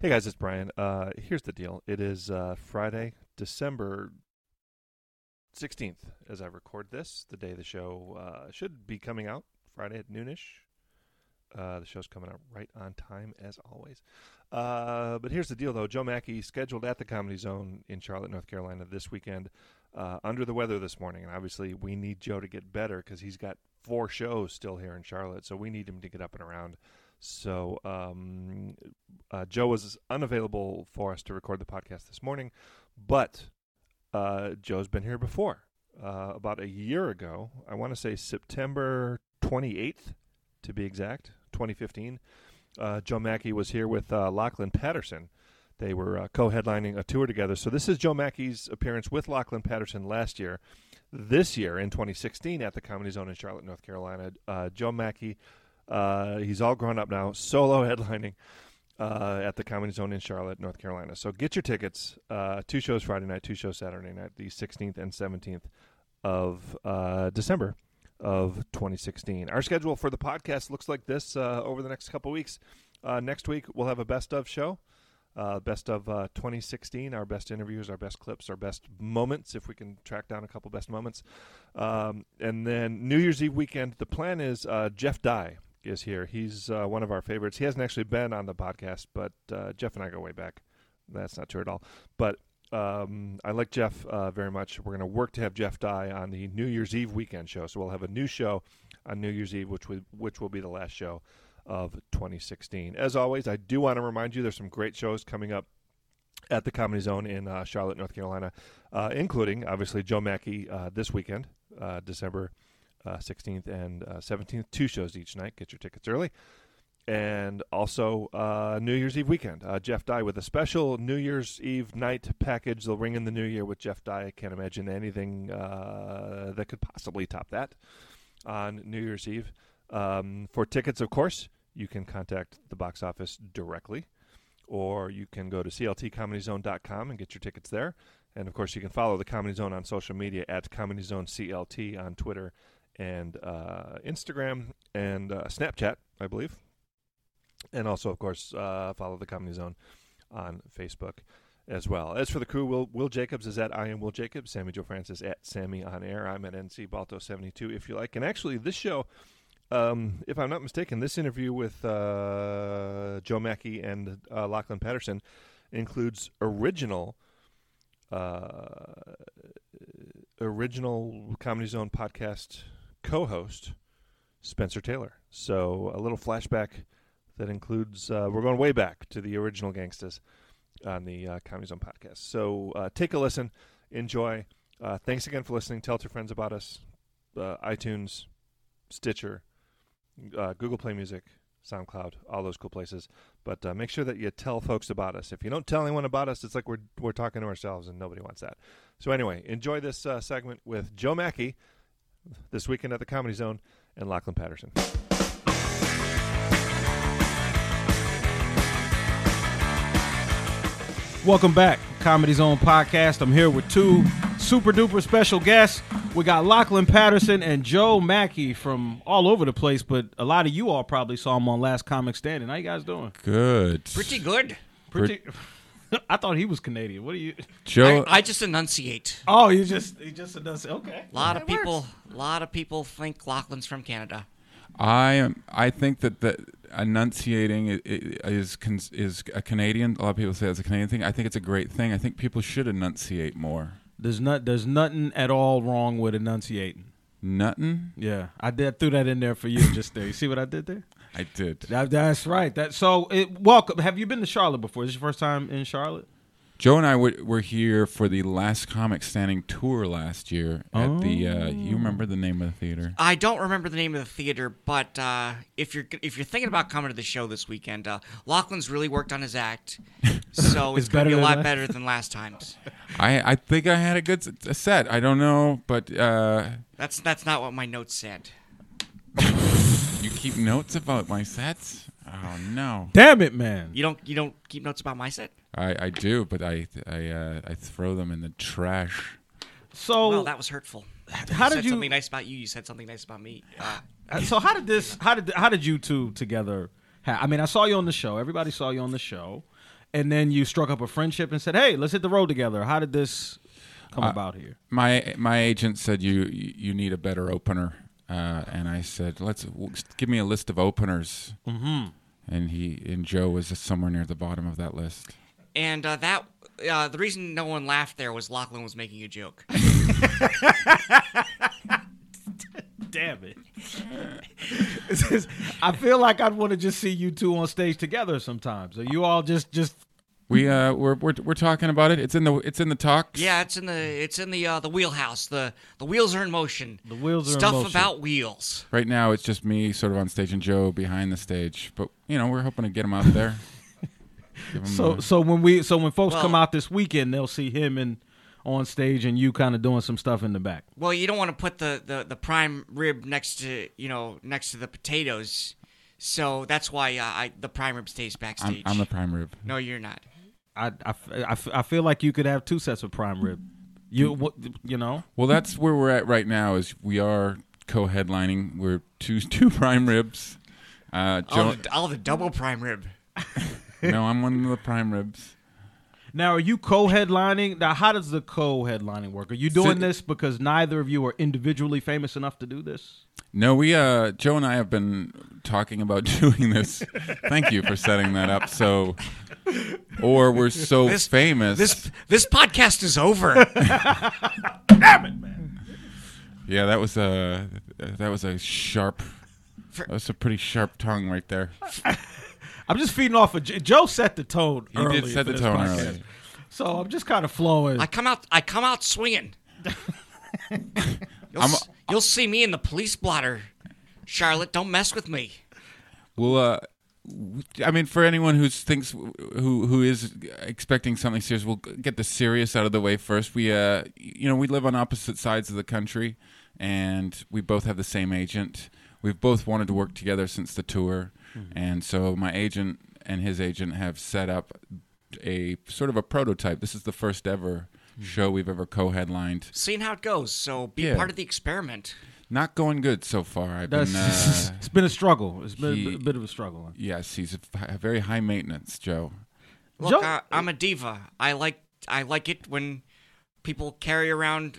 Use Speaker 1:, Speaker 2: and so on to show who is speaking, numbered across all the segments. Speaker 1: Hey guys, it's Brian. Uh, here's the deal. It is uh, Friday, December 16th, as I record this, the day the show uh, should be coming out, Friday at noonish. Uh, the show's coming out right on time, as always. Uh, but here's the deal, though. Joe Mackey scheduled at the Comedy Zone in Charlotte, North Carolina this weekend, uh, under the weather this morning. And obviously, we need Joe to get better because he's got four shows still here in Charlotte. So we need him to get up and around. So um, uh, Joe was unavailable for us to record the podcast this morning, but uh, Joe's been here before. Uh, about a year ago, I want to say September 28th, to be exact, 2015, uh, Joe Mackey was here with uh, Lachlan Patterson. They were uh, co headlining a tour together. So, this is Joe Mackey's appearance with Lachlan Patterson last year. This year, in 2016, at the Comedy Zone in Charlotte, North Carolina, uh, Joe Mackey, uh, he's all grown up now, solo headlining uh, at the Comedy Zone in Charlotte, North Carolina. So get your tickets. Uh, two shows Friday night, two shows Saturday night, the 16th and 17th of uh, December of 2016. Our schedule for the podcast looks like this uh, over the next couple weeks. Uh, next week, we'll have a best of show. Uh, best of uh, 2016, our best interviews, our best clips, our best moments, if we can track down a couple best moments. Um, and then New Year's Eve weekend, the plan is uh, Jeff Dye is here. He's uh, one of our favorites. He hasn't actually been on the podcast, but uh, Jeff and I go way back. That's not true at all. But um, I like Jeff uh, very much. We're going to work to have Jeff Dye on the New Year's Eve weekend show. So we'll have a new show on New Year's Eve, which we, which will be the last show of 2016. As always, I do want to remind you there's some great shows coming up at the Comedy Zone in uh, Charlotte, North Carolina, uh, including obviously Joe Mackey uh, this weekend, uh, December uh, 16th and uh, 17th. Two shows each night. Get your tickets early. And also uh, New Year's Eve weekend. Uh, Jeff Dye with a special New Year's Eve night package. They'll ring in the new year with Jeff Dye. I can't imagine anything uh, that could possibly top that on New Year's Eve. Um, for tickets, of course, you can contact the box office directly, or you can go to cltcomedyzone.com and get your tickets there. And of course, you can follow the Comedy Zone on social media at Comedy Zone CLT on Twitter and uh, Instagram and uh, Snapchat, I believe. And also, of course, uh, follow the Comedy Zone on Facebook as well. As for the crew, Will, Will Jacobs is at I am Will Jacobs. Sammy Joe Francis at Sammy on air. I'm at NC Balto 72 if you like. And actually, this show, um, if I'm not mistaken, this interview with uh, Joe Mackey and uh, Lachlan Patterson includes original. Uh, original Comedy Zone podcast co-host Spencer Taylor. So a little flashback that includes uh, we're going way back to the original Gangstas on the uh, Comedy Zone podcast. So uh, take a listen, enjoy. Uh, thanks again for listening. Tell your friends about us. Uh, iTunes, Stitcher, uh, Google Play Music, SoundCloud, all those cool places. But uh, make sure that you tell folks about us. If you don't tell anyone about us, it's like we're we're talking to ourselves, and nobody wants that. So anyway, enjoy this uh, segment with Joe Mackey this weekend at the Comedy Zone and Lachlan Patterson.
Speaker 2: Welcome back, Comedy Zone Podcast. I'm here with two super duper special guests. We got Lachlan Patterson and Joe Mackey from all over the place, but a lot of you all probably saw him on Last Comic Standing. How you guys doing?
Speaker 3: Good.
Speaker 4: Pretty good.
Speaker 2: Pretty. I thought he was Canadian. What are you?
Speaker 3: Joe,
Speaker 4: I, I just enunciate.
Speaker 2: Oh, you just he just does okay.
Speaker 4: A lot of people, a lot of people think Lachlan's from Canada.
Speaker 3: I am. I think that the enunciating i- i- is con- is a Canadian. A lot of people say it's a Canadian thing. I think it's a great thing. I think people should enunciate more.
Speaker 2: There's not there's nothing at all wrong with enunciating.
Speaker 3: Nothing.
Speaker 2: Yeah, I did threw that in there for you just there. You see what I did there?
Speaker 3: I did.
Speaker 2: That, that's right. That so it, welcome. Have you been to Charlotte before? Is this your first time in Charlotte?
Speaker 3: Joe and I w- were here for the last Comic Standing tour last year at the. Uh, you
Speaker 4: Oh.
Speaker 3: remember the name of the theater?
Speaker 4: I don't remember the name of the theater, but uh, if you're if you're thinking about coming to the show this weekend, uh, Lachlan's really worked on his act, so it's,
Speaker 2: It's
Speaker 4: gonna
Speaker 2: better
Speaker 4: be a
Speaker 2: than
Speaker 4: lot
Speaker 2: last-
Speaker 4: better than last time's.
Speaker 3: I I think I had a good s- a set. I don't know, but uh,
Speaker 4: That's that's not what my notes said.
Speaker 3: you keep notes about my sets. Oh no.
Speaker 2: Damn it, man.
Speaker 4: You don't you don't keep notes about my set.
Speaker 3: I, I do, but I I uh, I throw them in the trash.
Speaker 2: So
Speaker 4: Well, that was hurtful.
Speaker 2: How
Speaker 4: I
Speaker 2: did
Speaker 4: said
Speaker 2: you-
Speaker 4: Something nice about you. You said something nice about me. Uh,
Speaker 2: Uh, so how did this how did how did you two together ha- i mean i saw you on the show everybody saw you on the show and then you struck up a friendship and said, "Hey, let's hit the road together." How did this come
Speaker 3: Uh,
Speaker 2: about here?
Speaker 3: my my agent said you you need a better opener, uh, and I said let's w- give me a list of openers. Mm-hmm. And he and Joe was just somewhere near the bottom of that list.
Speaker 4: And uh, that uh, the reason no one laughed there was Lachlan was making a joke.
Speaker 2: Damn it! This is- I feel like I'd want to just see you two on stage together sometimes. Are you all just just
Speaker 3: We uh we're we're, we're talking about it. It's in the it's in the talks.
Speaker 4: yeah, it's in the it's in the uh, the wheelhouse. The the wheels are in motion.
Speaker 2: The wheels are in
Speaker 4: stuff
Speaker 2: motion.
Speaker 4: about wheels.
Speaker 3: Right now it's just me sort of on stage and Joe behind the stage, but you know we're hoping to get him out there. Give him
Speaker 2: so
Speaker 3: a-
Speaker 2: so when we so when folks come
Speaker 4: Well-
Speaker 2: out this weekend, they'll see him and on stage and you kind of doing some stuff in the back.
Speaker 4: Well, you don't want to put the, the, the prime rib next to you know next to the potatoes, so that's why uh, I the prime rib stays
Speaker 3: I'm,
Speaker 4: backstage.
Speaker 3: I'm the prime rib.
Speaker 4: no, you're not.
Speaker 2: I, I, I, I feel like you could have two sets of prime rib. You what you know?
Speaker 3: Well, that's where we're at right now. Is we are co-headlining. We're two two prime ribs. Uh,
Speaker 4: All
Speaker 3: Joe,
Speaker 4: the, all the double prime rib.
Speaker 3: no, I'm one of the prime ribs.
Speaker 2: Now, are you co-headlining? Now, how does the co-headlining work? Are you doing
Speaker 3: So-
Speaker 2: this because neither of you are individually famous enough to do this?
Speaker 3: No, we uh, Joe and I have been talking about doing this. Thank you for setting that up. So, or we're so
Speaker 4: This-
Speaker 3: famous.
Speaker 4: This this podcast is over.
Speaker 3: yeah, that was a that was a sharp.
Speaker 4: For-
Speaker 3: That was a pretty sharp tongue right there.
Speaker 2: I'm just feeding off of J- Joe. Set the tone.
Speaker 3: He did set the tone earlier.
Speaker 2: So I'm just kind of flowing.
Speaker 4: I come out I come out swinging. you'll,
Speaker 3: I'm-
Speaker 4: s- you'll see me in the police blotter, Charlotte. Don't mess with me.
Speaker 3: Well, uh, w- I mean, for anyone who thinks who who is expecting something serious, we'll get the serious out of the way first. We, uh, you know, we live on opposite sides of the country, and we both have the same agent. We've both wanted to work together since the tour, and so my agent and his agent have set up a sort of a prototype. This is the first ever show we've ever co-headlined.
Speaker 4: Seeing how it goes. So be
Speaker 3: Yeah.
Speaker 4: part of the experiment.
Speaker 3: Not going good so far. I've
Speaker 2: That's,
Speaker 3: been. Uh,
Speaker 2: it's been a struggle. It's been
Speaker 3: he-
Speaker 2: a bit of a struggle.
Speaker 3: yes, he's a, f- a very high maintenance, Joe.
Speaker 4: Look,
Speaker 2: Joe-
Speaker 4: I, I'm a diva. I like I like it when people carry around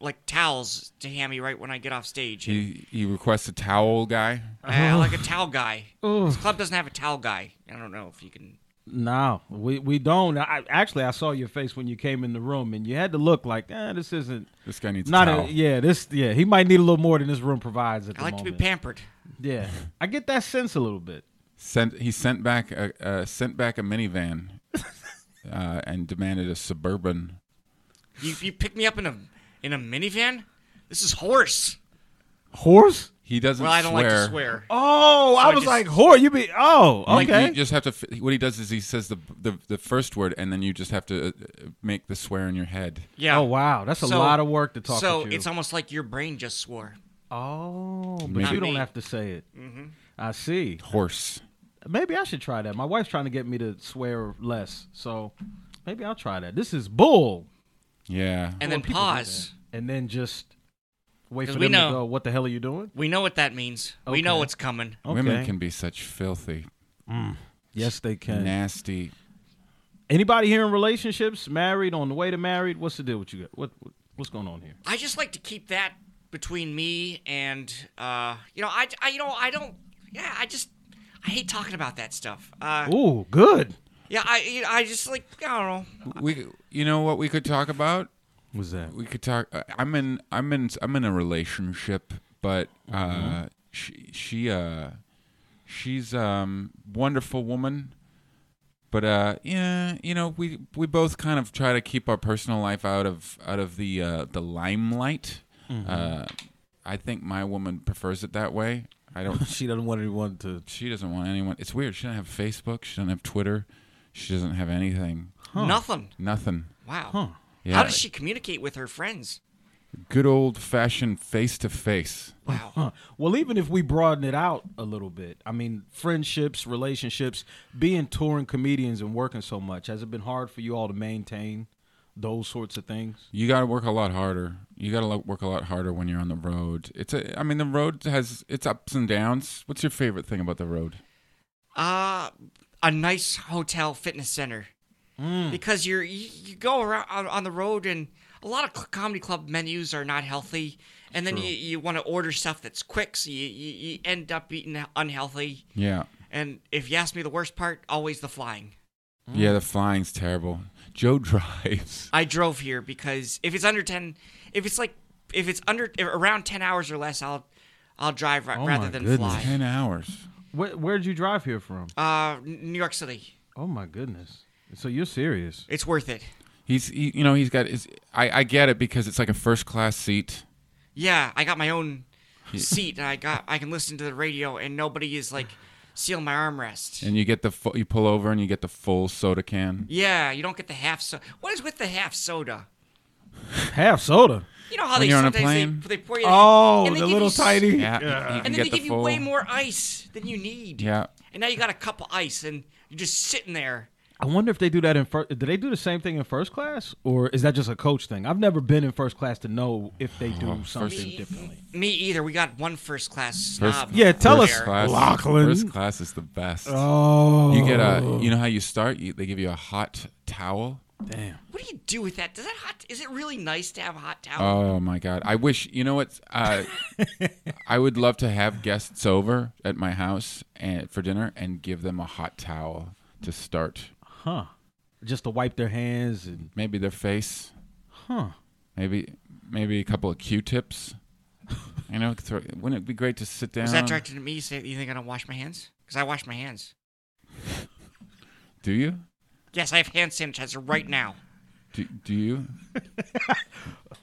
Speaker 4: like towels to hand me right when I get off stage. And,
Speaker 3: He he requests a towel guy.
Speaker 4: I, I like
Speaker 2: Oh.
Speaker 4: a towel guy. This club doesn't have a towel guy. I don't know if you can.
Speaker 2: No, we we don't. I, actually, I saw your face when you came in the room, and you had to look like, eh, this isn't
Speaker 3: This guy needs
Speaker 2: not
Speaker 3: a towel.
Speaker 2: a yeah. This yeah, he might need a little more than this room provides at
Speaker 4: I
Speaker 2: the
Speaker 4: like to
Speaker 2: moment.
Speaker 4: be pampered.
Speaker 2: yeah, I get that sense a little bit.
Speaker 3: sent he sent back a uh, sent back a minivan, uh, and demanded a suburban.
Speaker 4: You you pick me up in a in a minivan. This is horse.
Speaker 2: Horse.
Speaker 3: He doesn't.
Speaker 4: Well, I don't
Speaker 3: swear.
Speaker 4: like to swear.
Speaker 2: Oh, I
Speaker 4: I
Speaker 2: was
Speaker 4: just-
Speaker 2: like, whore, you be oh,
Speaker 3: Like,
Speaker 2: okay.
Speaker 3: you just have to. f- What he does is he says the, the the first word, and then you just have to uh, make the swear in your head.
Speaker 4: Yeah.
Speaker 2: oh wow, that's a
Speaker 4: So-
Speaker 2: lot of work to talk
Speaker 4: So
Speaker 2: with you.
Speaker 4: it's almost like your brain just swore.
Speaker 2: oh, but
Speaker 3: Maybe-
Speaker 2: you don't
Speaker 4: me.
Speaker 2: have to say it. Mm-hmm. I see.
Speaker 3: Horse.
Speaker 2: Maybe I should try that. My wife's trying to get me to swear less, so maybe I'll try that. This is bull.
Speaker 3: Yeah.
Speaker 4: And
Speaker 2: Well,
Speaker 4: then
Speaker 2: people do
Speaker 4: pause.
Speaker 2: that. and then just wait
Speaker 4: 'Cause
Speaker 2: for
Speaker 4: we
Speaker 2: them
Speaker 4: know-
Speaker 2: to go. What the hell are you doing?
Speaker 4: We know what that means. We know
Speaker 2: Okay.
Speaker 4: what's coming.
Speaker 3: Women
Speaker 2: Okay.
Speaker 3: can be such filthy,
Speaker 2: Yes, they can.
Speaker 3: nasty.
Speaker 2: Anybody here in relationships, married, on the way to married? What's the deal with you? What, what what's going on here?
Speaker 4: I just like to keep that between me and uh, you know, I, I you know, I don't. Yeah, I just I hate talking about that stuff. Uh,
Speaker 2: Ooh, good.
Speaker 4: yeah, I you know, I just like I don't know.
Speaker 3: We you know what we could talk about?
Speaker 2: What's that?
Speaker 3: we could talk uh, i'm in i'm in i'm in a relationship but uh
Speaker 4: Mm-hmm.
Speaker 3: she she uh she's um wonderful woman but uh yeah you know we we both kind of try to keep our personal life out of out of the uh the limelight
Speaker 4: Mm-hmm.
Speaker 3: uh i think my woman prefers it that way i don't
Speaker 2: She doesn't want anyone to.
Speaker 3: she doesn't want anyone it's weird she doesn't have facebook she doesn't have twitter she doesn't have anything
Speaker 4: Nothing.
Speaker 3: nothing
Speaker 4: Wow.
Speaker 3: yeah
Speaker 4: How does she communicate with her friends?
Speaker 3: good old fashioned face to face
Speaker 4: Wow.
Speaker 2: Huh. Well, even if we broaden it out a little bit, I mean, friendships, relationships, being touring comedians and working so much, has it been hard for you all to maintain those sorts of things?
Speaker 3: You got to work a lot harder. You got to work a lot harder when you're on the road. It's a, I mean, the road has its ups and downs. What's your favorite thing about the road?
Speaker 4: Uh, a nice hotel fitness center
Speaker 2: Hmm.
Speaker 4: because you're you, you go around on, on the road and a lot of cl- comedy club menus are not healthy, and then you, you want to order stuff that's quick, so you, you, you end up eating unhealthy.
Speaker 3: Yeah.
Speaker 4: And if you ask me, the worst part always the flying.
Speaker 3: Mm. Yeah, the flying's terrible. Joe drives.
Speaker 4: I drove here because if it's under ten, if it's like if it's under if around ten hours or less, I'll I'll drive ra-
Speaker 3: Oh
Speaker 4: rather
Speaker 3: my
Speaker 4: than
Speaker 3: goodness.
Speaker 4: fly.
Speaker 3: Ten hours.
Speaker 2: Where, where'd you drive here from?
Speaker 4: Uh, N- New York City,
Speaker 2: Oh my goodness. So you're serious?
Speaker 4: it's worth it.
Speaker 3: He's, he, you know, he's got. His, I, I get it because it's like a first class seat.
Speaker 4: Yeah, I got my own seat. And I got I can listen to the radio and nobody is like stealing my armrest.
Speaker 3: and you get the fu- you pull over and you get the full soda can.
Speaker 4: Yeah, you don't get the half soda. What is with the half soda?
Speaker 2: Half soda.
Speaker 4: You know how
Speaker 3: When
Speaker 4: they
Speaker 3: you're on a
Speaker 4: sometimes they-
Speaker 3: plane?
Speaker 4: They, pour you
Speaker 2: Oh,
Speaker 4: and they
Speaker 2: the
Speaker 4: give
Speaker 2: little
Speaker 4: you s-
Speaker 2: tiny.
Speaker 3: Yeah, you can
Speaker 4: And then
Speaker 3: get
Speaker 4: they
Speaker 3: the
Speaker 4: give
Speaker 3: full.
Speaker 4: you way more ice than you need.
Speaker 3: Yeah.
Speaker 4: And now you got a cup of ice and you're just sitting there.
Speaker 2: I wonder if they do that in first. Do they do the same thing in first class, or is that just a coach thing? I've never been in first class to know if they do something
Speaker 4: Uh-huh. class.
Speaker 2: differently.
Speaker 4: Me either. We got one first class
Speaker 3: First-
Speaker 4: snob.
Speaker 2: Yeah, tell
Speaker 4: over
Speaker 2: us.
Speaker 4: there.
Speaker 3: Class,
Speaker 2: Lachlan.
Speaker 3: First class is the best.
Speaker 2: Oh,
Speaker 3: You get a. You know how you start? You, they give you a hot towel.
Speaker 2: damn.
Speaker 4: What do you do with that? Does that hot? Is it really nice to have a hot towel?
Speaker 3: Oh my god! I wish you know what. Uh, I would love to have guests over at my house and for dinner and give them a hot towel to start.
Speaker 2: Huh? Just to wipe their hands and
Speaker 3: Maybe their face.
Speaker 2: huh?
Speaker 3: Maybe maybe a couple of Q-tips. You know, throw, wouldn't it be great to sit down?
Speaker 4: Is that directed at me? Say, you think I don't wash my hands? Because I wash my hands.
Speaker 3: Do you?
Speaker 4: Yes, I have hand sanitizer right now.
Speaker 3: Do, do you?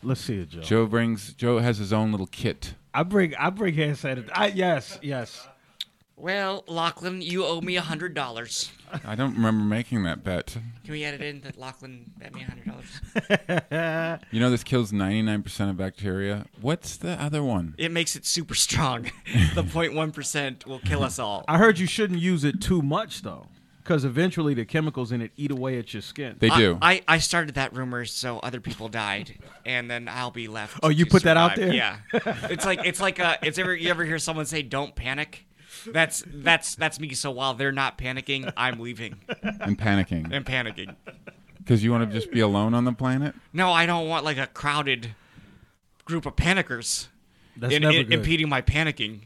Speaker 2: Let's see it, Joe.
Speaker 3: Joe brings. Joe has his own little kit.
Speaker 2: I bring I bring hand sanitizer. I, yes, yes.
Speaker 4: Well, Lachlan, you owe me a hundred dollars.
Speaker 3: I don't remember making that bet.
Speaker 4: Can we edit in that Lachlan bet me a hundred dollars?
Speaker 3: You know, this kills 99% of bacteria. What's the other one?
Speaker 4: It makes it super strong. the 0.1 percent will kill us all.
Speaker 2: I heard you shouldn't use it too much though, because eventually the chemicals in it eat away at your skin.
Speaker 3: They do.
Speaker 4: I, I, I started that rumor so other people died, and then I'll be left.
Speaker 2: Oh, you
Speaker 4: to
Speaker 2: put that out
Speaker 4: survive.
Speaker 2: there?
Speaker 4: Yeah, it's like it's like uh, it's ever you ever hear someone say, "Don't panic." That's that's that's me. So while they're not panicking, I'm leaving
Speaker 3: I'm panicking.
Speaker 4: and panicking.
Speaker 3: Because you want to just be alone on the planet?
Speaker 4: No, I don't want like a crowded group of panickers
Speaker 2: That's
Speaker 4: in-
Speaker 2: never
Speaker 4: in-
Speaker 2: good.
Speaker 4: impeding my panicking.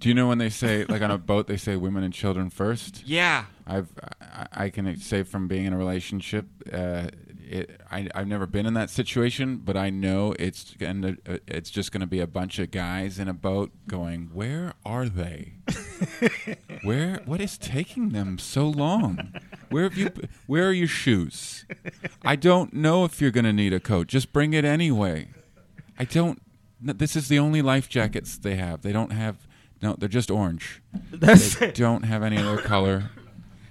Speaker 3: Do you know when they say, like on a boat, they say women and children first?
Speaker 4: Yeah,
Speaker 3: I've, I, I can say from being in a relationship, uh, it, I, I've never been in that situation, but I know it's gonna, uh, it's just going to be a bunch of guys in a boat going, "Where are they? Where? What is taking them so long? Where have you? Where are your shoes? I don't know if you're going to need a coat. Just bring it anyway. I don't. No, this is the only life jackets they have. They don't have. No, they're just orange.
Speaker 2: That's
Speaker 3: They
Speaker 2: it.
Speaker 3: don't have any other color.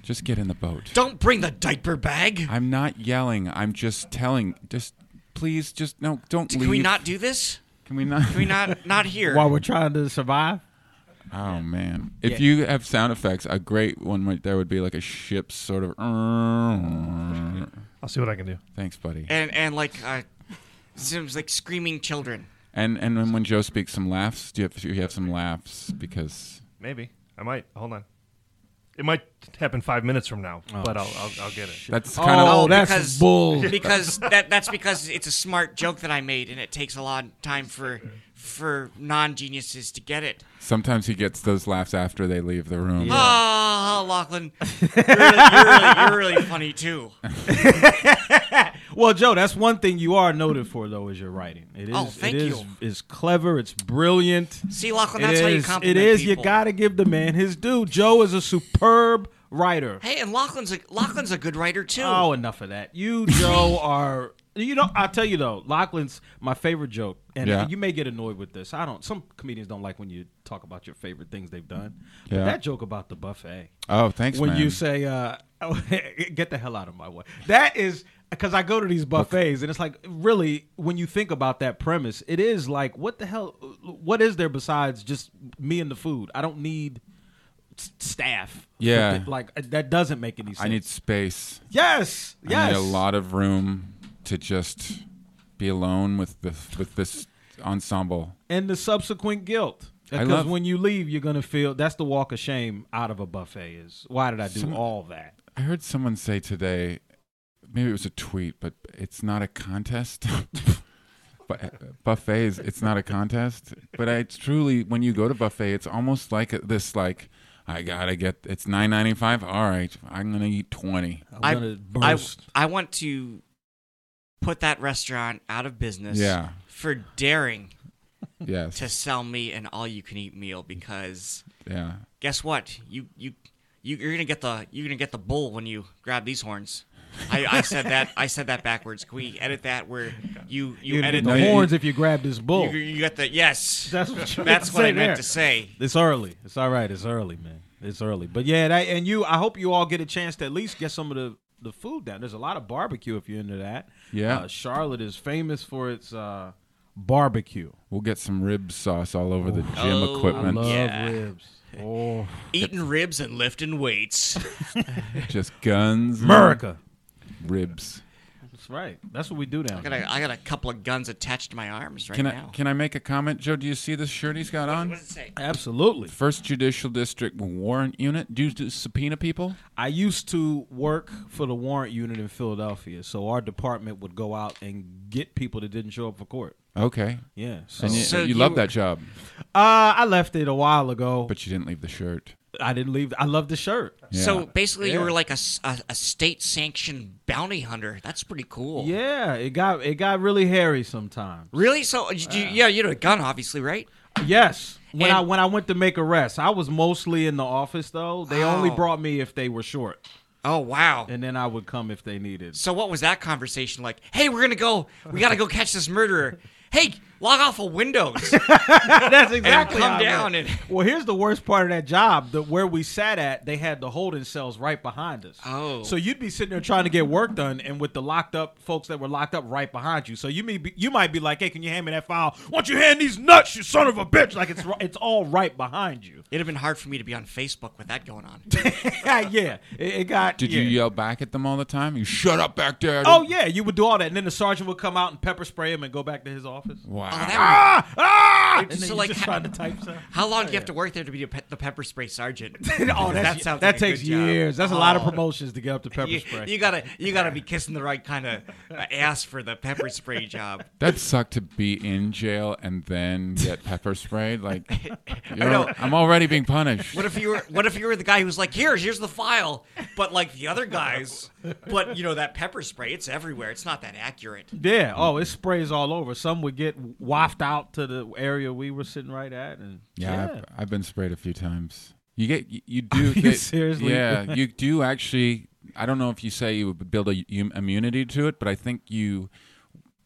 Speaker 3: Just get in the boat.
Speaker 4: don't bring the diaper bag.
Speaker 3: I'm not yelling. I'm just telling. Just please, just no. Don't leave.
Speaker 4: Can we not do this?
Speaker 3: Can we not?
Speaker 4: Can we not not here?
Speaker 2: While we're trying to survive,
Speaker 3: Oh man! If you have sound effects, a great one might there would be like a ship sort of.
Speaker 1: I'll see what I can do.
Speaker 3: Thanks, buddy.
Speaker 4: And and like uh, seems like screaming children.
Speaker 3: And and then when Joe speaks, some laughs. Do you have, you have some laughs because
Speaker 1: Maybe I might. Hold on. It might happen five minutes from now, but I'll, I'll, I'll get it.
Speaker 3: that's kind
Speaker 2: Oh,
Speaker 3: of
Speaker 2: that's bull.
Speaker 4: Because that that's because it's a smart joke that I made, and it takes a lot of time for for non geniuses to get it.
Speaker 3: sometimes he gets those laughs after they leave the room.
Speaker 4: Ah, Lachlan, you're really, you're, really, you're really funny too.
Speaker 2: well, Joe, that's one thing you are noted for though is your writing. It is,
Speaker 4: Oh, thank
Speaker 2: it is,
Speaker 4: you.
Speaker 2: It's clever. It's brilliant.
Speaker 4: See, Lachlan,
Speaker 2: it
Speaker 4: that's
Speaker 2: is.
Speaker 4: how you
Speaker 2: it
Speaker 4: compliment
Speaker 2: is.
Speaker 4: people.
Speaker 2: You gotta give the man his due. Joe is a superb writer.
Speaker 4: Hey, and Lachlan's a, Lachlan's a good writer too.
Speaker 2: Oh, enough of that. You, Joe, are you know? I'll tell you though, Lachlan's my favorite joke, and
Speaker 3: Yeah.
Speaker 2: you may get annoyed with this. I don't. Some comedians don't like when you talk about your favorite things they've done. But
Speaker 3: Yeah.
Speaker 2: that joke about the buffet
Speaker 3: Oh, thanks,
Speaker 2: when
Speaker 3: man.
Speaker 2: you say, uh, oh, "Get the hell out of my way," that is because I go to these buffets, and it's like really when you think about that premise, it is like, what the hell? What is there besides just me and the food? I don't need s- staff.
Speaker 3: Yeah.
Speaker 2: like that doesn't make any sense.
Speaker 3: I need space.
Speaker 2: Yes. Yes.
Speaker 3: I need a lot of room to just be alone with the with this ensemble.
Speaker 2: And the subsequent guilt.
Speaker 3: I
Speaker 2: Because
Speaker 3: love-
Speaker 2: when you leave, you're gonna feel that's the walk of shame out of a buffet. Is why did I do
Speaker 3: Some-
Speaker 2: all that?
Speaker 3: I heard someone say today, maybe it was a tweet, but it's not a contest. but buffets, it's not a contest. But I truly, when you go to buffet, it's almost like a- this, like I gotta get. It's nine ninety five. All right, I'm gonna eat twenty.
Speaker 2: I'm
Speaker 4: I-
Speaker 2: gonna
Speaker 4: I,
Speaker 2: burst.
Speaker 4: I want to put that restaurant out of business
Speaker 3: Yeah.
Speaker 4: for daring
Speaker 3: Yes.
Speaker 4: to sell me an all you can eat meal because
Speaker 3: yeah.
Speaker 4: guess what? You you you you're gonna get the you're gonna get the bull when you grab these horns. I, I said that I said that backwards. Can we edit that where you you
Speaker 2: You're gonna
Speaker 4: edit
Speaker 2: get
Speaker 3: the-
Speaker 2: the horns if you grab this bull.
Speaker 4: you, you got the yes.
Speaker 2: that's what, you
Speaker 4: That's what I
Speaker 2: say
Speaker 4: meant
Speaker 2: there.
Speaker 4: to say.
Speaker 2: It's early. It's all right. It's early, man. It's early. But yeah, that, and you. I hope you all get a chance to at least get some of the the food down. There's a lot of barbecue if you're into that.
Speaker 3: Yeah.
Speaker 2: Uh, Charlotte is famous for its uh, barbecue.
Speaker 3: We'll get some rib sauce all over the gym
Speaker 4: Oh,
Speaker 2: I
Speaker 3: equipment.
Speaker 2: love
Speaker 4: Yeah.
Speaker 2: ribs. Oh,
Speaker 4: Eating ribs and lifting weights.
Speaker 3: Just guns, and
Speaker 2: America.
Speaker 3: ribs.
Speaker 2: That's right. That's what we do down
Speaker 4: I got a, I got a couple of guns attached to my arms right
Speaker 3: Can
Speaker 4: now.
Speaker 3: I can I make a comment, Joe? Do you see this shirt he's got
Speaker 4: what
Speaker 3: on?
Speaker 4: does it say?
Speaker 2: here. Absolutely.
Speaker 3: First Judicial District Warrant Unit. Do you do subpoena people?
Speaker 2: I used to work for the warrant unit in Philadelphia, so our department would go out and get people that didn't show up for court.
Speaker 3: Okay.
Speaker 2: Yeah. So,
Speaker 3: And you,
Speaker 4: So
Speaker 3: you,
Speaker 4: you
Speaker 3: love
Speaker 4: were-
Speaker 3: that job,
Speaker 2: uh, I left it a while ago, but
Speaker 3: but you didn't leave the shirt.
Speaker 2: I didn't leave. I love the shirt.
Speaker 3: Yeah.
Speaker 4: So basically, you
Speaker 2: Yeah.
Speaker 4: were like a, s- a- a state-sanctioned bounty hunter. That's pretty cool.
Speaker 2: Yeah, it got it got really hairy sometimes.
Speaker 4: Really? So, uh, you,
Speaker 2: Uh.
Speaker 4: you- yeah, you had a gun, obviously, right?
Speaker 2: Yes. When I
Speaker 4: And-
Speaker 2: when I went to make arrests, I was mostly in the office though. They only
Speaker 4: Oh.
Speaker 2: brought me if they were short,
Speaker 4: Oh wow.
Speaker 2: and then I would come if they needed.
Speaker 4: So what was that conversation like? Hey, we're gonna go. We gotta go catch this murderer. Hey, log off of Windows.
Speaker 2: That's exactly
Speaker 4: come
Speaker 2: how I
Speaker 4: down
Speaker 2: went.
Speaker 4: and-
Speaker 2: Well, here's the worst part of that job: that where we sat at, they had the holding cells right behind us.
Speaker 4: Oh.
Speaker 2: so you'd be sitting there trying to get work done, and with the locked up folks that were locked up right behind you. So you may be, you might be like, "Hey, can you hand me that file? Why don't you hand these nuts, you son of a bitch?" Like it's ri- it's all right behind you.
Speaker 4: It'd have been hard for me to be on Facebook with that going on. Oh,
Speaker 2: yeah, it, it got.
Speaker 3: Did you uh,
Speaker 2: yeah.
Speaker 3: yell back at them all the time? You shut up back there.
Speaker 2: Oh yeah, you would do all that, and then the sergeant would come out and pepper spray him and go back to his office.
Speaker 3: Wow.
Speaker 4: Oh, that
Speaker 2: Ah, ah! And
Speaker 4: So,
Speaker 2: then you
Speaker 4: like,
Speaker 2: just
Speaker 4: how-
Speaker 2: trying to type stuff.
Speaker 4: would- how long do you have to work there to be a pe- the pepper spray sergeant?
Speaker 2: Oh, that's,
Speaker 4: that sounds
Speaker 2: that
Speaker 4: like a
Speaker 2: takes
Speaker 4: good job.
Speaker 2: years. That's a lot of
Speaker 4: Oh.
Speaker 2: promotions to get up to pepper
Speaker 4: You,
Speaker 2: spray.
Speaker 4: you gotta you gotta be kissing the right kind of ass for the pepper spray job.
Speaker 3: That sucked to be in jail and then get pepper sprayed. Like, you
Speaker 4: know.
Speaker 3: know, I'm already being punished.
Speaker 4: What if you were What if you were the guy who's like, here, here's the file, but like the other guys, but you know that pepper spray, it's everywhere. It's not that accurate.
Speaker 2: yeah. Oh, it sprays all over. Some would get wafted out to the area we were sitting right at, and
Speaker 3: Yeah, I've, I've been sprayed a few times. You get, you, you do.
Speaker 2: you
Speaker 3: they-
Speaker 2: seriously?
Speaker 3: Yeah, you do actually. I don't know if you say you would build a u- immunity to it, but I think you.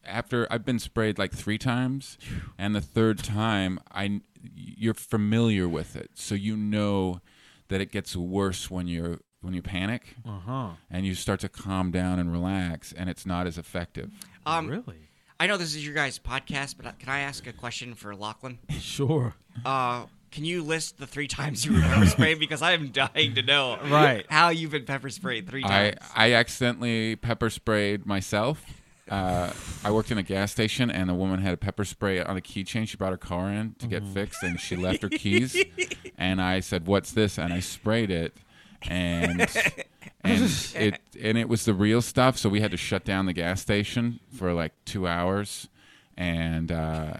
Speaker 3: After I've been sprayed like three times, and the third time, I you're familiar with it, so you know that it gets worse when you're when you panic
Speaker 2: Uh huh.
Speaker 3: and you start to calm down and relax, and it's not as effective.
Speaker 4: Um,
Speaker 2: really?
Speaker 4: I know this is your guys' podcast, but uh, can I ask a question for Lachlan?
Speaker 2: Sure.
Speaker 4: Uh, can you list the three times you were pepper sprayed? Because I am dying to know
Speaker 2: Right.
Speaker 4: how you've been pepper sprayed three
Speaker 3: I
Speaker 4: times.
Speaker 3: I accidentally pepper sprayed myself. Uh, I worked in a gas station, and a woman had a pepper spray on a keychain. She brought her car in to get
Speaker 4: Mm-hmm.
Speaker 3: fixed, and she left her keys. And I said, "What's this?" And I sprayed it, and and it and it was the real stuff. So we had to shut down the gas station for like two hours, and uh,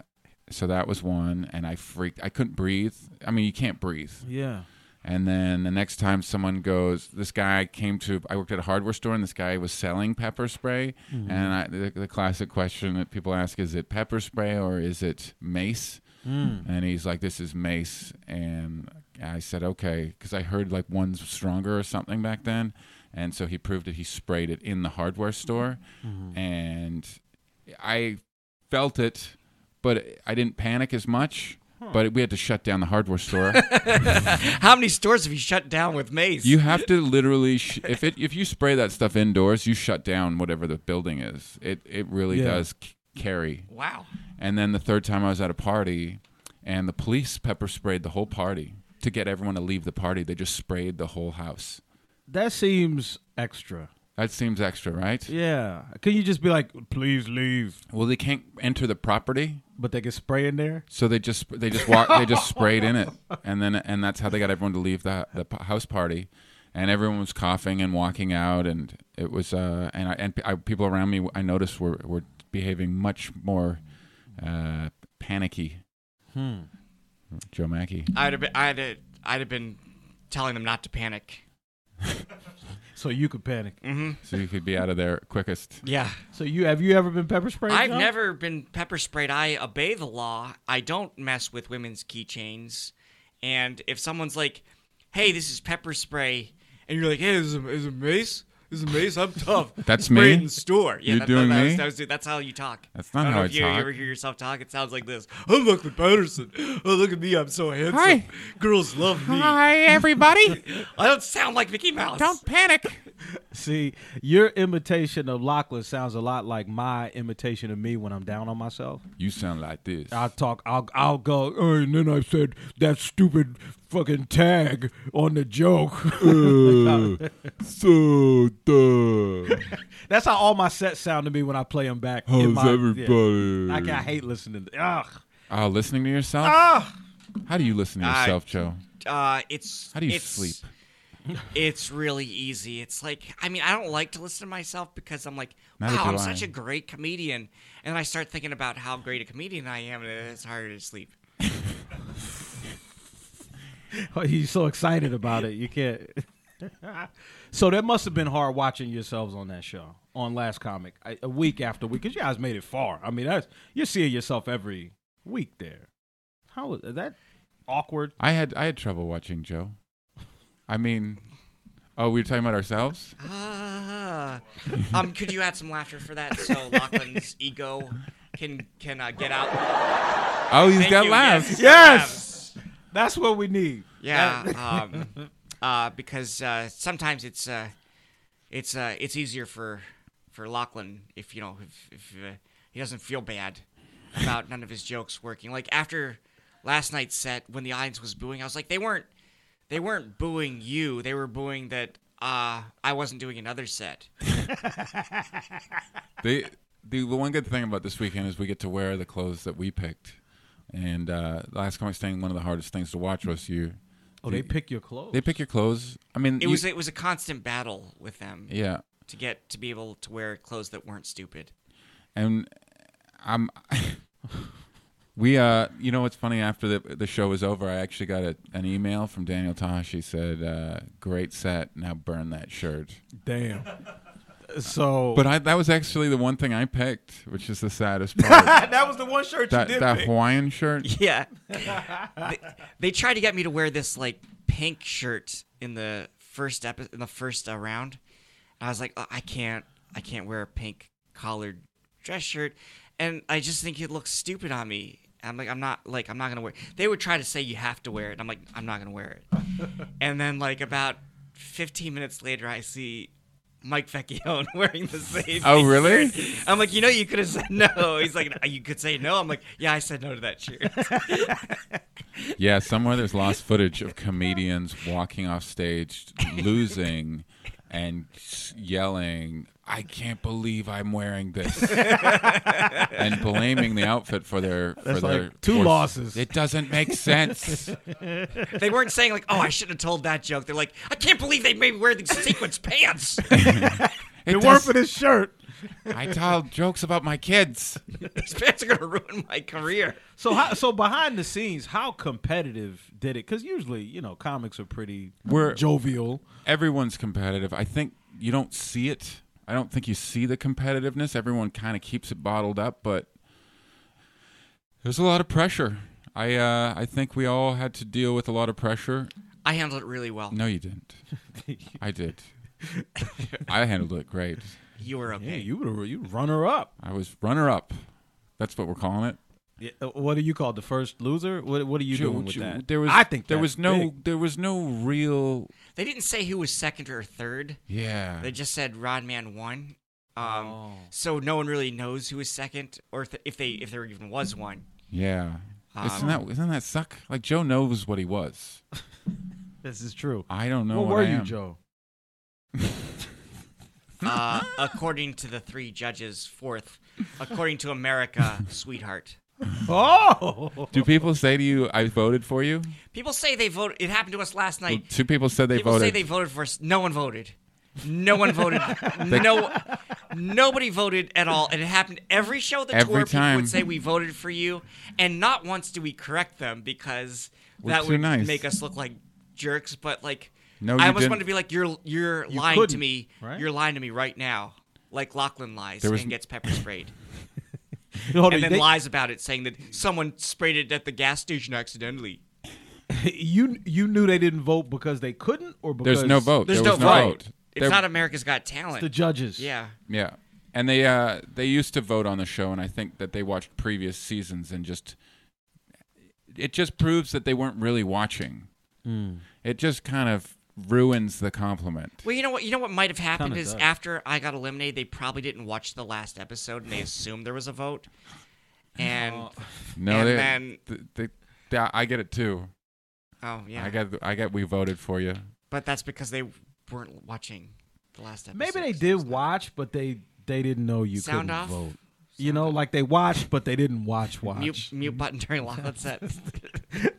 Speaker 3: so that was one. And I freaked. I couldn't breathe. I mean, you can't breathe.
Speaker 2: Yeah.
Speaker 3: And then the next time someone goes, this guy came to, I worked at a hardware store and this guy was selling pepper spray. And I, the, the classic question that people ask is it pepper spray or is it mace? And he's like, this is mace. And I said, okay, because I heard like one's stronger or something back then. And so he proved it. He sprayed it in the hardware store. And I felt it, but I didn't panic as much. But we had to shut down the hardware store.
Speaker 4: how many stores have you shut down with mace?
Speaker 3: You have to literally sh- if it if you spray that stuff indoors, you shut down whatever the building is. It it really
Speaker 2: Yeah.
Speaker 3: does c- carry.
Speaker 4: wow.
Speaker 3: And then the third time I was at a party, and the police pepper sprayed the whole party to get everyone to leave the party. They just sprayed the whole house.
Speaker 2: That seems extra.
Speaker 3: That seems extra, right?
Speaker 2: Yeah. Can you just be like, please leave?
Speaker 3: Well, they can't enter the property,
Speaker 2: But they can spray in there?
Speaker 3: so they just they just walk they just sprayed in it, and then and that's how they got everyone to leave the the p- house party, and everyone was coughing and walking out, and it was uh and I, and I, people around me I noticed were were behaving much more uh panicky.
Speaker 2: Hmm.
Speaker 3: Joe Mackey.
Speaker 4: I'd have been, I'd have, I'd have been telling them not to panic.
Speaker 2: So you could panic.
Speaker 4: hmm
Speaker 3: So you could be out of there quickest.
Speaker 4: Yeah.
Speaker 2: So you have you ever been pepper sprayed?
Speaker 4: I've
Speaker 2: John?
Speaker 4: never been pepper sprayed. I obey the law. I don't mess with women's keychains. And if someone's like, "Hey, this is pepper spray," and you're like, "Hey, this is a, is a mace. This is a mace. I'm tough."
Speaker 3: That's
Speaker 4: Spray
Speaker 3: me?
Speaker 4: it in the store. Yeah,
Speaker 3: You're
Speaker 4: that,
Speaker 3: doing
Speaker 4: that,
Speaker 3: me?
Speaker 4: That was, that was- that's how you talk.
Speaker 3: That's not
Speaker 4: I don't
Speaker 3: how
Speaker 4: know
Speaker 3: I
Speaker 4: if you,
Speaker 3: talk.
Speaker 4: you ever hear yourself talk. It sounds like this. I'm Luckman Patterson. Oh, look at me. I'm so handsome.
Speaker 3: Hi.
Speaker 4: Girls love me.
Speaker 3: everybody.
Speaker 4: I don't sound like Mickey Mouse.
Speaker 3: panic.
Speaker 2: See, your imitation of Lachlan sounds a lot like my imitation of me when I'm down on myself.
Speaker 3: You sound like this.
Speaker 2: I'll talk. I'll I'll go. "Oh, and then I said that stupid fucking tag on the joke.
Speaker 3: so dumb.
Speaker 2: That's how all my sets sound to me when I play them back. in my- yeah. I, I Ah! hate listening. To, ugh.
Speaker 3: Oh, listening to yourself? How do you listen to
Speaker 4: I-
Speaker 3: yourself, Joe?
Speaker 4: uh, it's
Speaker 3: How do you
Speaker 4: it's-
Speaker 3: sleep?
Speaker 4: It's really easy. It's like I mean I don't like to listen to myself because I'm like
Speaker 3: Neither
Speaker 4: wow
Speaker 3: do
Speaker 4: I'm
Speaker 3: I.
Speaker 4: such a great comedian and I start thinking about how great a comedian I am and it's harder to sleep.
Speaker 2: He's so excited about it. You can't. so that must have been hard watching yourselves on that show on Last Comic I, a week after week because you guys made it far. I mean, that's you're seeing yourself every week there. How is that awkward?
Speaker 3: I had I had trouble watching Joe. I mean, oh, we were talking about ourselves.
Speaker 4: Ah. um, could you add some laughter for that so Lachlan's ego can can uh, get out?
Speaker 3: Oh, he's
Speaker 4: Thank
Speaker 3: got
Speaker 4: you.
Speaker 3: laughs.
Speaker 4: Yes.
Speaker 2: Yes! That's what we need.
Speaker 4: Yeah. Um, uh, because uh, sometimes it's uh, it's uh, it's easier for for Lachlan if you know if, if uh, he doesn't feel bad about none of his jokes working. Like after last night's set, when the audience was booing, I was like, they weren't they weren't booing you. They were booing that uh, I wasn't doing another set.
Speaker 3: They, the the one good thing about this weekend is we get to wear the clothes that we picked. And uh, last comic standing, one of the hardest things to watch was you.
Speaker 2: Oh, they pick your clothes.
Speaker 3: They pick your clothes. I mean,
Speaker 4: It
Speaker 3: you-
Speaker 4: was it was a constant battle with them
Speaker 3: yeah.
Speaker 4: to get to be able to wear clothes that weren't stupid.
Speaker 3: and I'm we uh you know what's funny after the the show was over I actually got a, an email from Daniel Tosh he said uh, great set now burn that shirt
Speaker 2: Damn. So,
Speaker 3: but I that was actually the one thing I picked which is the saddest part
Speaker 2: that was the one shirt
Speaker 3: that that Hawaiian shirt
Speaker 4: Yeah. they, they tried to get me to wear this like pink shirt in the first epi- in the first uh, round. And I was like, "Uh, I can't, I can't wear a pink collared dress shirt, and I just think it looks stupid on me. I'm like, I'm not like, I'm not gonna wear. It. They would try to say you have to wear it, and I'm like, I'm not gonna wear it. and then like about 15 minutes later, I see. Mike Vecchione wearing the same.
Speaker 3: Oh, really?
Speaker 4: shirt. I'm like, you know, you could have said no. He's like, you could say no. I'm like, yeah, I said no to that shirt.
Speaker 3: yeah somewhere there's lost footage of comedians walking off stage losing and yelling I can't believe I'm wearing this and blaming the outfit for their
Speaker 2: That's
Speaker 3: for their
Speaker 2: like two
Speaker 3: poor-
Speaker 2: losses.
Speaker 3: It doesn't make sense.
Speaker 4: They weren't saying like, "Oh, I shouldn't have told that joke." They're like, "I can't believe they made me wear these sequence pants."
Speaker 2: it
Speaker 3: It
Speaker 2: worked for this shirt.
Speaker 3: I tell jokes about my kids.
Speaker 4: These pants are gonna ruin my career.
Speaker 2: So, how, so behind the scenes, how competitive did it? Because usually, you know, comics are pretty
Speaker 3: We're-
Speaker 2: jovial.
Speaker 3: Everyone's competitive. I think you don't see it. I don't think you see the competitiveness. Everyone kind of keeps it bottled up, but there's a lot of pressure. I uh, I think we all had to deal with a lot of pressure.
Speaker 4: I handled it really well.
Speaker 3: No, you didn't. I did. I handled it great.
Speaker 4: You were okay.
Speaker 2: Yeah, you would you runner up.
Speaker 3: I was runner up. That's what we're calling it.
Speaker 2: Yeah, uh, what do you call it, the first loser? What What are you
Speaker 3: Ju-
Speaker 2: doing with
Speaker 3: ju-
Speaker 2: that?
Speaker 3: There was
Speaker 2: I think
Speaker 3: there
Speaker 2: that's
Speaker 3: was no
Speaker 2: big.
Speaker 3: there was no real
Speaker 4: they didn't say who was second or third.
Speaker 3: yeah.
Speaker 4: They just said Rodman won. Um,
Speaker 2: Oh.
Speaker 4: So no one really knows who was second, or th- if they if there even was one.
Speaker 3: Yeah.
Speaker 4: Um,
Speaker 3: isn't that isn't that suck? Like Joe knows what he was.
Speaker 2: This is true.
Speaker 3: I don't know
Speaker 2: what
Speaker 3: what
Speaker 2: were
Speaker 3: I
Speaker 2: you,
Speaker 3: am.
Speaker 2: Joe?
Speaker 4: uh, according to the three judges. Fourth, according to America, sweetheart.
Speaker 2: Oh,
Speaker 3: Do people say to you, "I voted for you"?
Speaker 4: People say they voted. It happened to us last night.
Speaker 3: Two people said they
Speaker 4: People
Speaker 3: voted.
Speaker 4: say they voted for us. No one voted. No one voted. no, nobody voted at all, and it happened every show. The
Speaker 3: Every
Speaker 4: tour people
Speaker 3: time.
Speaker 4: would say we voted for you, and not once do we correct them because
Speaker 3: We're
Speaker 4: that
Speaker 3: too
Speaker 4: would
Speaker 3: nice.
Speaker 4: make us look like jerks. But like,
Speaker 3: No,
Speaker 4: I
Speaker 3: you
Speaker 4: almost
Speaker 3: didn't.
Speaker 4: wanted to be like, you're you're lying to
Speaker 2: couldn't,
Speaker 4: me.
Speaker 2: right?
Speaker 4: You're lying to me right now, like Lachlan lies
Speaker 3: There was-
Speaker 4: and gets pepper sprayed,
Speaker 2: Hold on,
Speaker 4: and then
Speaker 2: they-
Speaker 4: lies about it, saying that someone sprayed it at the gas station accidentally.
Speaker 2: you you knew they didn't vote because they couldn't, or because
Speaker 3: There's no vote.
Speaker 4: There's
Speaker 3: there
Speaker 4: no
Speaker 3: was
Speaker 4: vote.
Speaker 3: no vote.
Speaker 4: It's
Speaker 3: There-
Speaker 4: not America's Got Talent.
Speaker 2: The judges.
Speaker 4: yeah.
Speaker 3: Yeah, and they uh, they used to vote on the show, and I think that they watched previous seasons and just it just proves that they weren't really watching.
Speaker 2: Hmm.
Speaker 3: It just kind of ruins the compliment.
Speaker 4: Well, you know what? You know what might have happened
Speaker 2: Kinda
Speaker 4: is
Speaker 2: does.
Speaker 4: after I got eliminated, they probably didn't watch the last episode and they assumed there was a vote. And oh,
Speaker 3: No,
Speaker 4: and
Speaker 3: they,
Speaker 4: then- oh,
Speaker 3: th- they, yeah, I get it too.
Speaker 4: yeah,
Speaker 3: I got I get we voted for you.
Speaker 4: but that's because they weren't watching the last episode.
Speaker 2: Maybe they did watch, but they they didn't know you
Speaker 4: Sound
Speaker 2: couldn't
Speaker 4: off?
Speaker 2: vote. you know, like they watched, but they didn't watch. Watch.
Speaker 4: Mute, mute button during lock. That's that.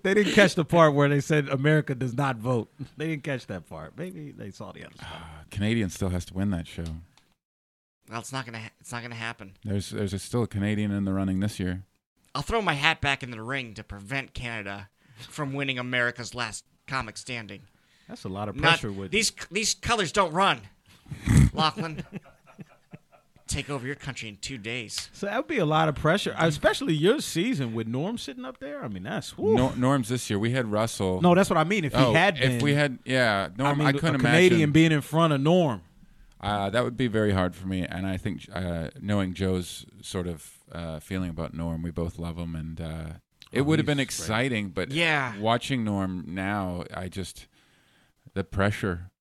Speaker 2: They didn't catch the part where they said America does not vote. They didn't catch that part. Maybe they saw the other stuff.
Speaker 3: Canadian still has to win that show.
Speaker 4: Well, it's not gonna. Ha- it's not gonna happen.
Speaker 3: There's there's a, still a Canadian in the running this year.
Speaker 4: I'll throw my hat back in the ring to prevent Canada from winning America's last comic standing.
Speaker 2: That's a lot of
Speaker 4: Not,
Speaker 2: pressure. with
Speaker 4: these these colors don't run, Lachlan. Take over your country in two days.
Speaker 2: so that would be a lot of pressure, especially your season with Norm sitting up there. I mean, that's whew.
Speaker 3: Nor, Norm's this year. We had Russell.
Speaker 2: No, that's what I mean. If
Speaker 3: oh,
Speaker 2: he had been,
Speaker 3: if we had yeah, Norm,
Speaker 2: I
Speaker 3: I,
Speaker 2: mean,
Speaker 3: couldn't
Speaker 2: a
Speaker 3: imagine
Speaker 2: Canadian being in front of Norm.
Speaker 3: Uh, that would be very hard for me, and I think uh, knowing Joe's sort of uh, feeling about Norm, we both love him, and uh, it
Speaker 2: Oh,
Speaker 3: would have been
Speaker 2: he's great.
Speaker 3: exciting. But
Speaker 4: Yeah.
Speaker 3: watching Norm now, I just the pressure.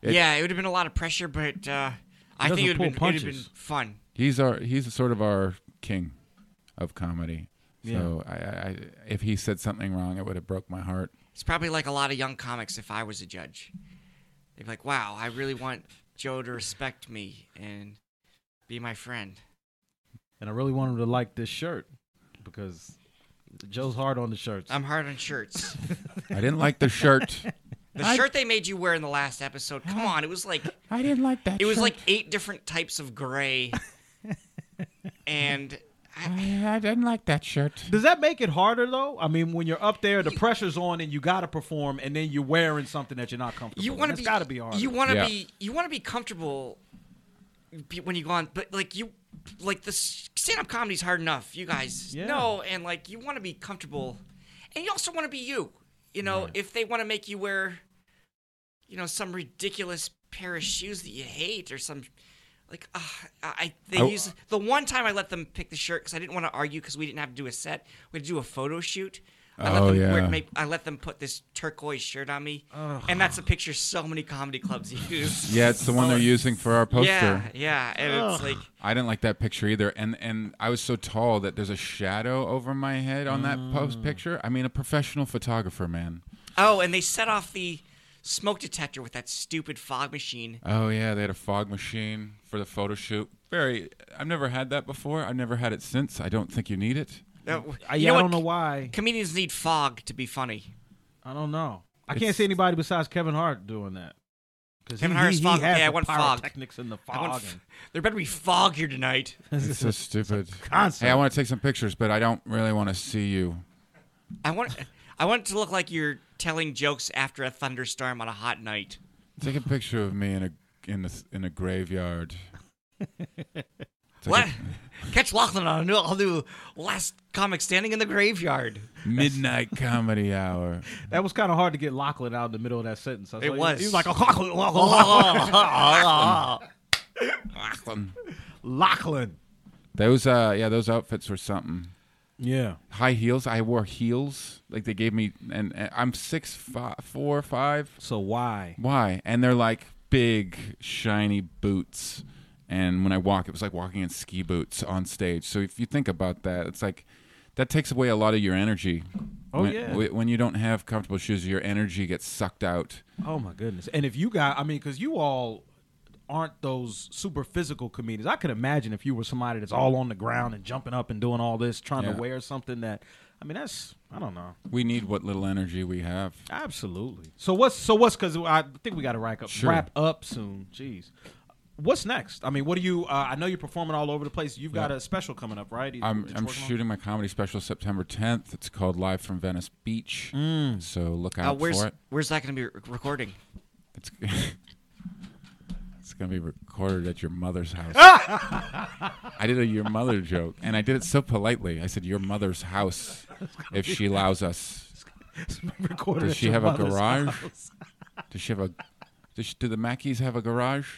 Speaker 3: It-
Speaker 4: yeah, it would have been a lot of pressure, but uh, I
Speaker 2: doesn't
Speaker 4: think it would have
Speaker 2: pull
Speaker 4: been, it'd have been
Speaker 2: punches.
Speaker 4: fun.
Speaker 3: He's our he's sort of our king of comedy. So I, I, if he said something wrong, it would have broke my heart.
Speaker 4: It's probably like a lot of young comics if I was a judge. They'd be like, wow, I really want Joe to respect me and be my friend.
Speaker 2: And I really want him to like this shirt because Joe's hard on the shirts.
Speaker 4: I'm hard on shirts.
Speaker 3: I didn't like the shirt.
Speaker 4: The shirt they made you wear in the last episode, come on, it was like
Speaker 3: I didn't like that.
Speaker 4: it was like eight different types of gray. and I,
Speaker 3: I, I didn't like that shirt.
Speaker 2: Does that make it harder though? I mean, when you're up there, the pressure's on, and you got to perform, and then you're wearing something that you're not comfortable.
Speaker 4: you
Speaker 2: in.
Speaker 4: want to
Speaker 2: That's
Speaker 4: be
Speaker 2: gotta be hard.
Speaker 4: You want to
Speaker 3: Yeah.
Speaker 4: be you want to be comfortable be- when you go on, but like you like the stand up comedy's hard enough. You guys
Speaker 2: Yeah.
Speaker 4: know, and like you want to be comfortable, and you also want to be you. You know, if they want to make you wear, you know, some ridiculous pair of shoes that you hate or some. Like uh, I, they
Speaker 3: I-
Speaker 4: use the one time I let them pick the shirt because I didn't want to argue because we didn't have to do a set. We had to do a photo shoot. I let
Speaker 3: Oh,
Speaker 4: them
Speaker 3: yeah.
Speaker 4: wear, make, I let them put this turquoise shirt on me, and that's a picture so many comedy clubs use.
Speaker 3: Yeah, it's the one they're using for our poster.
Speaker 4: Oh. Yeah, yeah, and it's like
Speaker 3: I didn't like that picture either, and and I was so tall that there's a shadow over my head on that post picture. I mean, a professional photographer, man.
Speaker 4: oh, and they set off the smoke detector with that stupid fog machine.
Speaker 3: Oh yeah, they had a fog machine for the photo shoot. Very, I've never had that before. I've never had it since. I don't think you need it.
Speaker 4: That-
Speaker 2: I, Uh, yeah,
Speaker 4: you
Speaker 2: I
Speaker 4: what?
Speaker 2: don't know why.
Speaker 4: Comedians need fog to be funny.
Speaker 2: I don't know. I can't
Speaker 3: It's-
Speaker 2: see anybody besides Kevin Hart doing that. 'Cause
Speaker 4: Kevin Hart's fog-
Speaker 2: has
Speaker 4: yeah, I
Speaker 2: the
Speaker 4: want fog.
Speaker 2: pyrotechnics and the
Speaker 4: I want
Speaker 2: fog.
Speaker 4: f- there better be fog here tonight.
Speaker 3: It's so stupid.
Speaker 2: concept.
Speaker 3: Hey, I want to take some pictures, but I don't really want to see you.
Speaker 4: I want, I want it to look like you're telling jokes after a thunderstorm on a hot night.
Speaker 3: Take a picture of me in a in a in a graveyard. Take
Speaker 4: What? Catch Lachlan on a new, I'll do last comic standing in the graveyard.
Speaker 3: a midnight comedy hour.
Speaker 2: and- that was kind of hard to get Lachlan out in the middle of that sentence. I
Speaker 4: It
Speaker 2: like-
Speaker 4: was.
Speaker 2: He was like, Lachlan. Lachlan.
Speaker 3: Those uh, yeah, those outfits were something.
Speaker 2: Yeah.
Speaker 3: high heels. I wore heels. Like they gave me, and, and I'm six, five, four, five.
Speaker 2: So why?
Speaker 3: Why? And they're like big, shiny boots. And when I walk, it was like walking in ski boots on stage. So if you think about that, it's like that takes away a lot of your energy.
Speaker 2: Oh,
Speaker 3: when,
Speaker 2: yeah.
Speaker 3: w- When you don't have comfortable shoes, your energy gets sucked out.
Speaker 2: Oh my goodness! And if you got, I mean, because you all aren't those super physical comedians. I could imagine if you were somebody that's all on the ground and jumping up and doing all this, trying
Speaker 3: Yeah.
Speaker 2: to wear something that. I mean, that's I don't know.
Speaker 3: We need what little energy we have.
Speaker 2: Absolutely. So what's so what's because I think we got to wrap up
Speaker 3: Sure.
Speaker 2: wrap up soon. Jeez. What's next? I mean, what do you? Uh, I know you're performing all over the place. You've got
Speaker 3: Yeah.
Speaker 2: a special coming up, right? You-
Speaker 3: I'm
Speaker 2: that you're
Speaker 3: I'm
Speaker 2: working on?
Speaker 3: shooting my comedy special September 10th. It's called Live from Venice Beach.
Speaker 2: Mm.
Speaker 3: So look
Speaker 4: Uh,
Speaker 3: out
Speaker 4: where's
Speaker 3: for it.
Speaker 4: where's that going to be re- recording?
Speaker 3: It's it's gonna be recorded at your mother's house. I did a your mother joke, and I did it so politely. I said your mother's house, if she allows us.
Speaker 2: Recorded
Speaker 3: Does
Speaker 2: at
Speaker 3: she
Speaker 2: your
Speaker 3: have a
Speaker 2: mother's
Speaker 3: garage?
Speaker 2: house.
Speaker 3: Does she have a? Does she, do the Mackeys have a garage?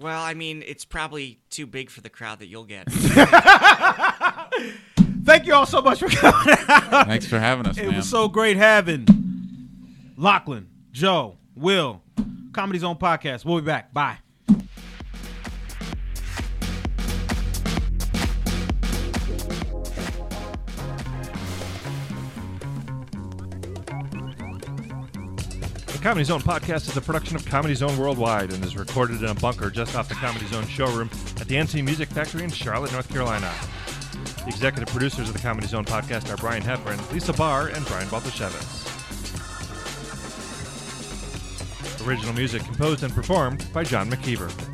Speaker 4: Well, I mean, it's probably too big for the crowd that you'll get.
Speaker 2: Thank you all so much for coming.
Speaker 3: Thanks for having us,
Speaker 2: It
Speaker 3: man.
Speaker 2: was so great having Lachlan, Joe, Will, Comedy Zone podcast. We'll be back. Bye.
Speaker 1: The Comedy Zone podcast is a production of Comedy Zone Worldwide and is recorded in a bunker just off the Comedy Zone showroom at the NC Music Factory in Charlotte, North Carolina. The executive producers of the Comedy Zone podcast are Brian Hepburn, Lisa Barr, and Brian Baltashevitz. Original music composed and performed by John McKeever.